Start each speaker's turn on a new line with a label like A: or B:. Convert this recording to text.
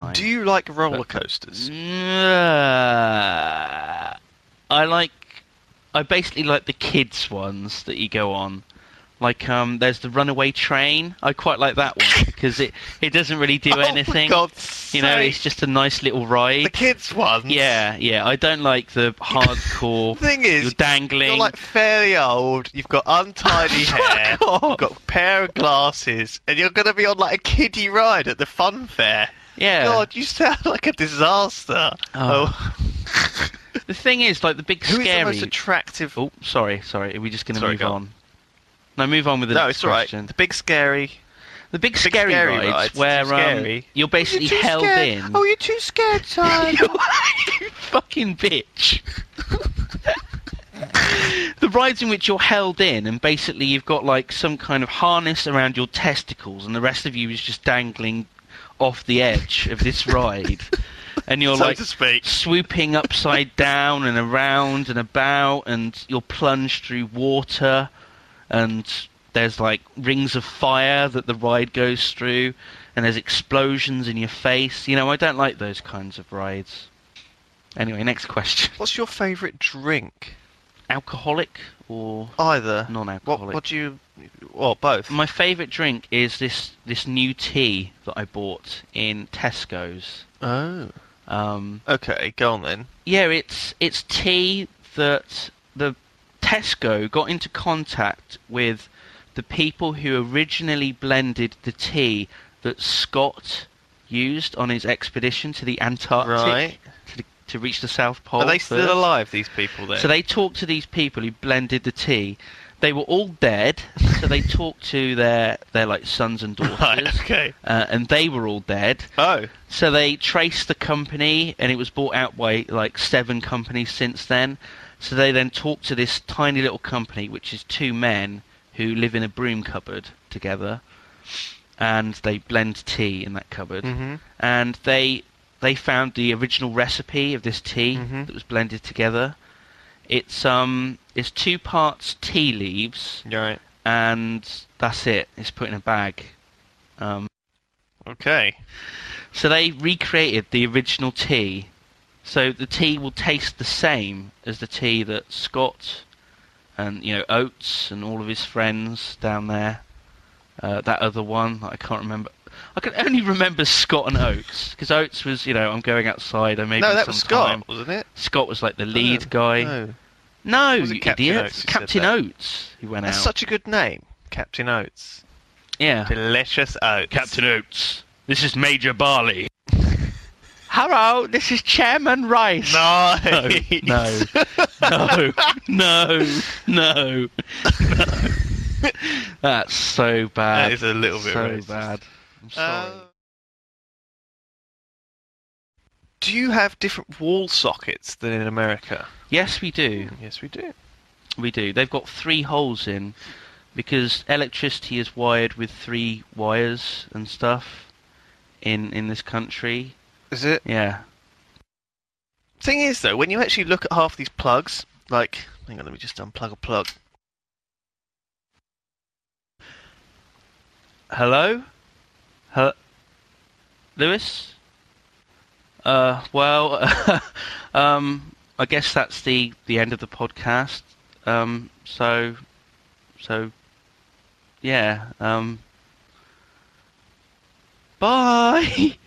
A: fine.
B: Do you like roller coasters?
A: Nah. I like. I basically like the kids ones that you go on. Like um, there's the Runaway Train. I quite like that one because it it doesn't really do anything.
B: Oh, for
A: you know, it's just a nice little ride.
B: the kids ones.
A: yeah, yeah. I don't like the hardcore.
B: Thing is,
A: you're dangling. Oh,
B: You're like fairly old. You've got untidy hair.
A: Fuck off.
B: You've got a pair of glasses, and you're going to be on like a kiddie ride at the fun fair.
A: yeah.
B: God, you sound like a disaster.
A: Oh.
B: Oh,
A: The thing is, like the big
B: who is the
A: scary.
B: most attractive?
A: Oh, sorry, sorry. Are we just going to
B: Sorry,
A: move
B: go on.
A: on? No, move on with the
B: no,
A: next
B: it's all right.
A: question.
B: The big scary.
A: The big
B: Big
A: scary,
B: scary
A: rides,
B: rides,
A: where
B: too scary.
A: Um, you're basically held in.
B: Oh, you're too scared, son.
A: you fucking bitch. the rides in which you're held in, and basically you've got like some kind of harness around your testicles, and the rest of you is just dangling off the edge of this ride, and you're
B: so
A: like
B: to speak.
A: swooping upside down and around and about, and you'll plunge through water, and there's like rings of fire that the ride goes through, and there's explosions in your face. You know, I don't like those kinds of rides. Anyway, next question:
B: What's your favourite drink?
A: alcoholic or
B: Either. What?
A: non-alcoholic?
B: What do you? Well, both.
A: My favourite drink is this this new tea that I bought in Tesco's.
B: Oh.
A: Um,
B: Okay, go on then.
A: Yeah, it's it's tea that the Tesco got into contact with the people who originally blended the tea that Scott used on his expedition to the Antarctic
B: Right.
A: to, to reach the South Pole.
B: Are they
A: first.
B: still alive? These people then.
A: So they talked to these people who blended the tea. They were all dead, so they talked to their their like sons and daughters,
B: Right. Okay.
A: uh, and they were all dead.
B: Oh.
A: So they traced the company, and it was bought out by like seven companies since then. So they then talked to this tiny little company, which is two men who live in a broom cupboard together, and they blend tea in that cupboard.
B: Mm-hmm.
A: And they they found the original recipe of this tea
B: Mhm.
A: that was blended together. It's um it's two parts tea leaves,
B: Right.
A: and that's it. It's put in a bag. Um,
B: Okay.
A: so they recreated the original tea. So the tea will taste the same as the tea that Scott and you know Oates and all of his friends down there. Uh, that other one that I can't remember. I can only remember Scott and Oates because Oates was you know I'm going outside. I maybe
B: no, that was Scott,
A: sometime."
B: wasn't it?
A: Scott was like the lead
B: Oh,
A: guy. No,
B: No. Was it
A: you
B: Captain
A: idiot.
B: Oates who said
A: Captain
B: that?
A: Oates. He went
B: That's
A: out.
B: such a good name, Captain Oates.
A: yeah.
B: Delicious oats.
A: Oates. This is Major Barley. Hello, this is Chairman Rice.
B: Nice.
A: no, no, no, no. That's so bad.
B: that is a little bit
A: so
B: racist.
A: bad. I'm sorry.
B: Uh, do you have different wall sockets than in America?
A: yes, we do.
B: Yes, we do.
A: We do. They've got three holes in because electricity is wired with three wires and stuff in in this country.
B: Is it?
A: Yeah.
B: Thing is, though, when you actually look at half these plugs, like, hang on, let me just unplug a plug.
A: Hello? Huh? Lewis? Uh, well, um, I guess that's the, the end of the podcast. Um, so, so, yeah, um, bye!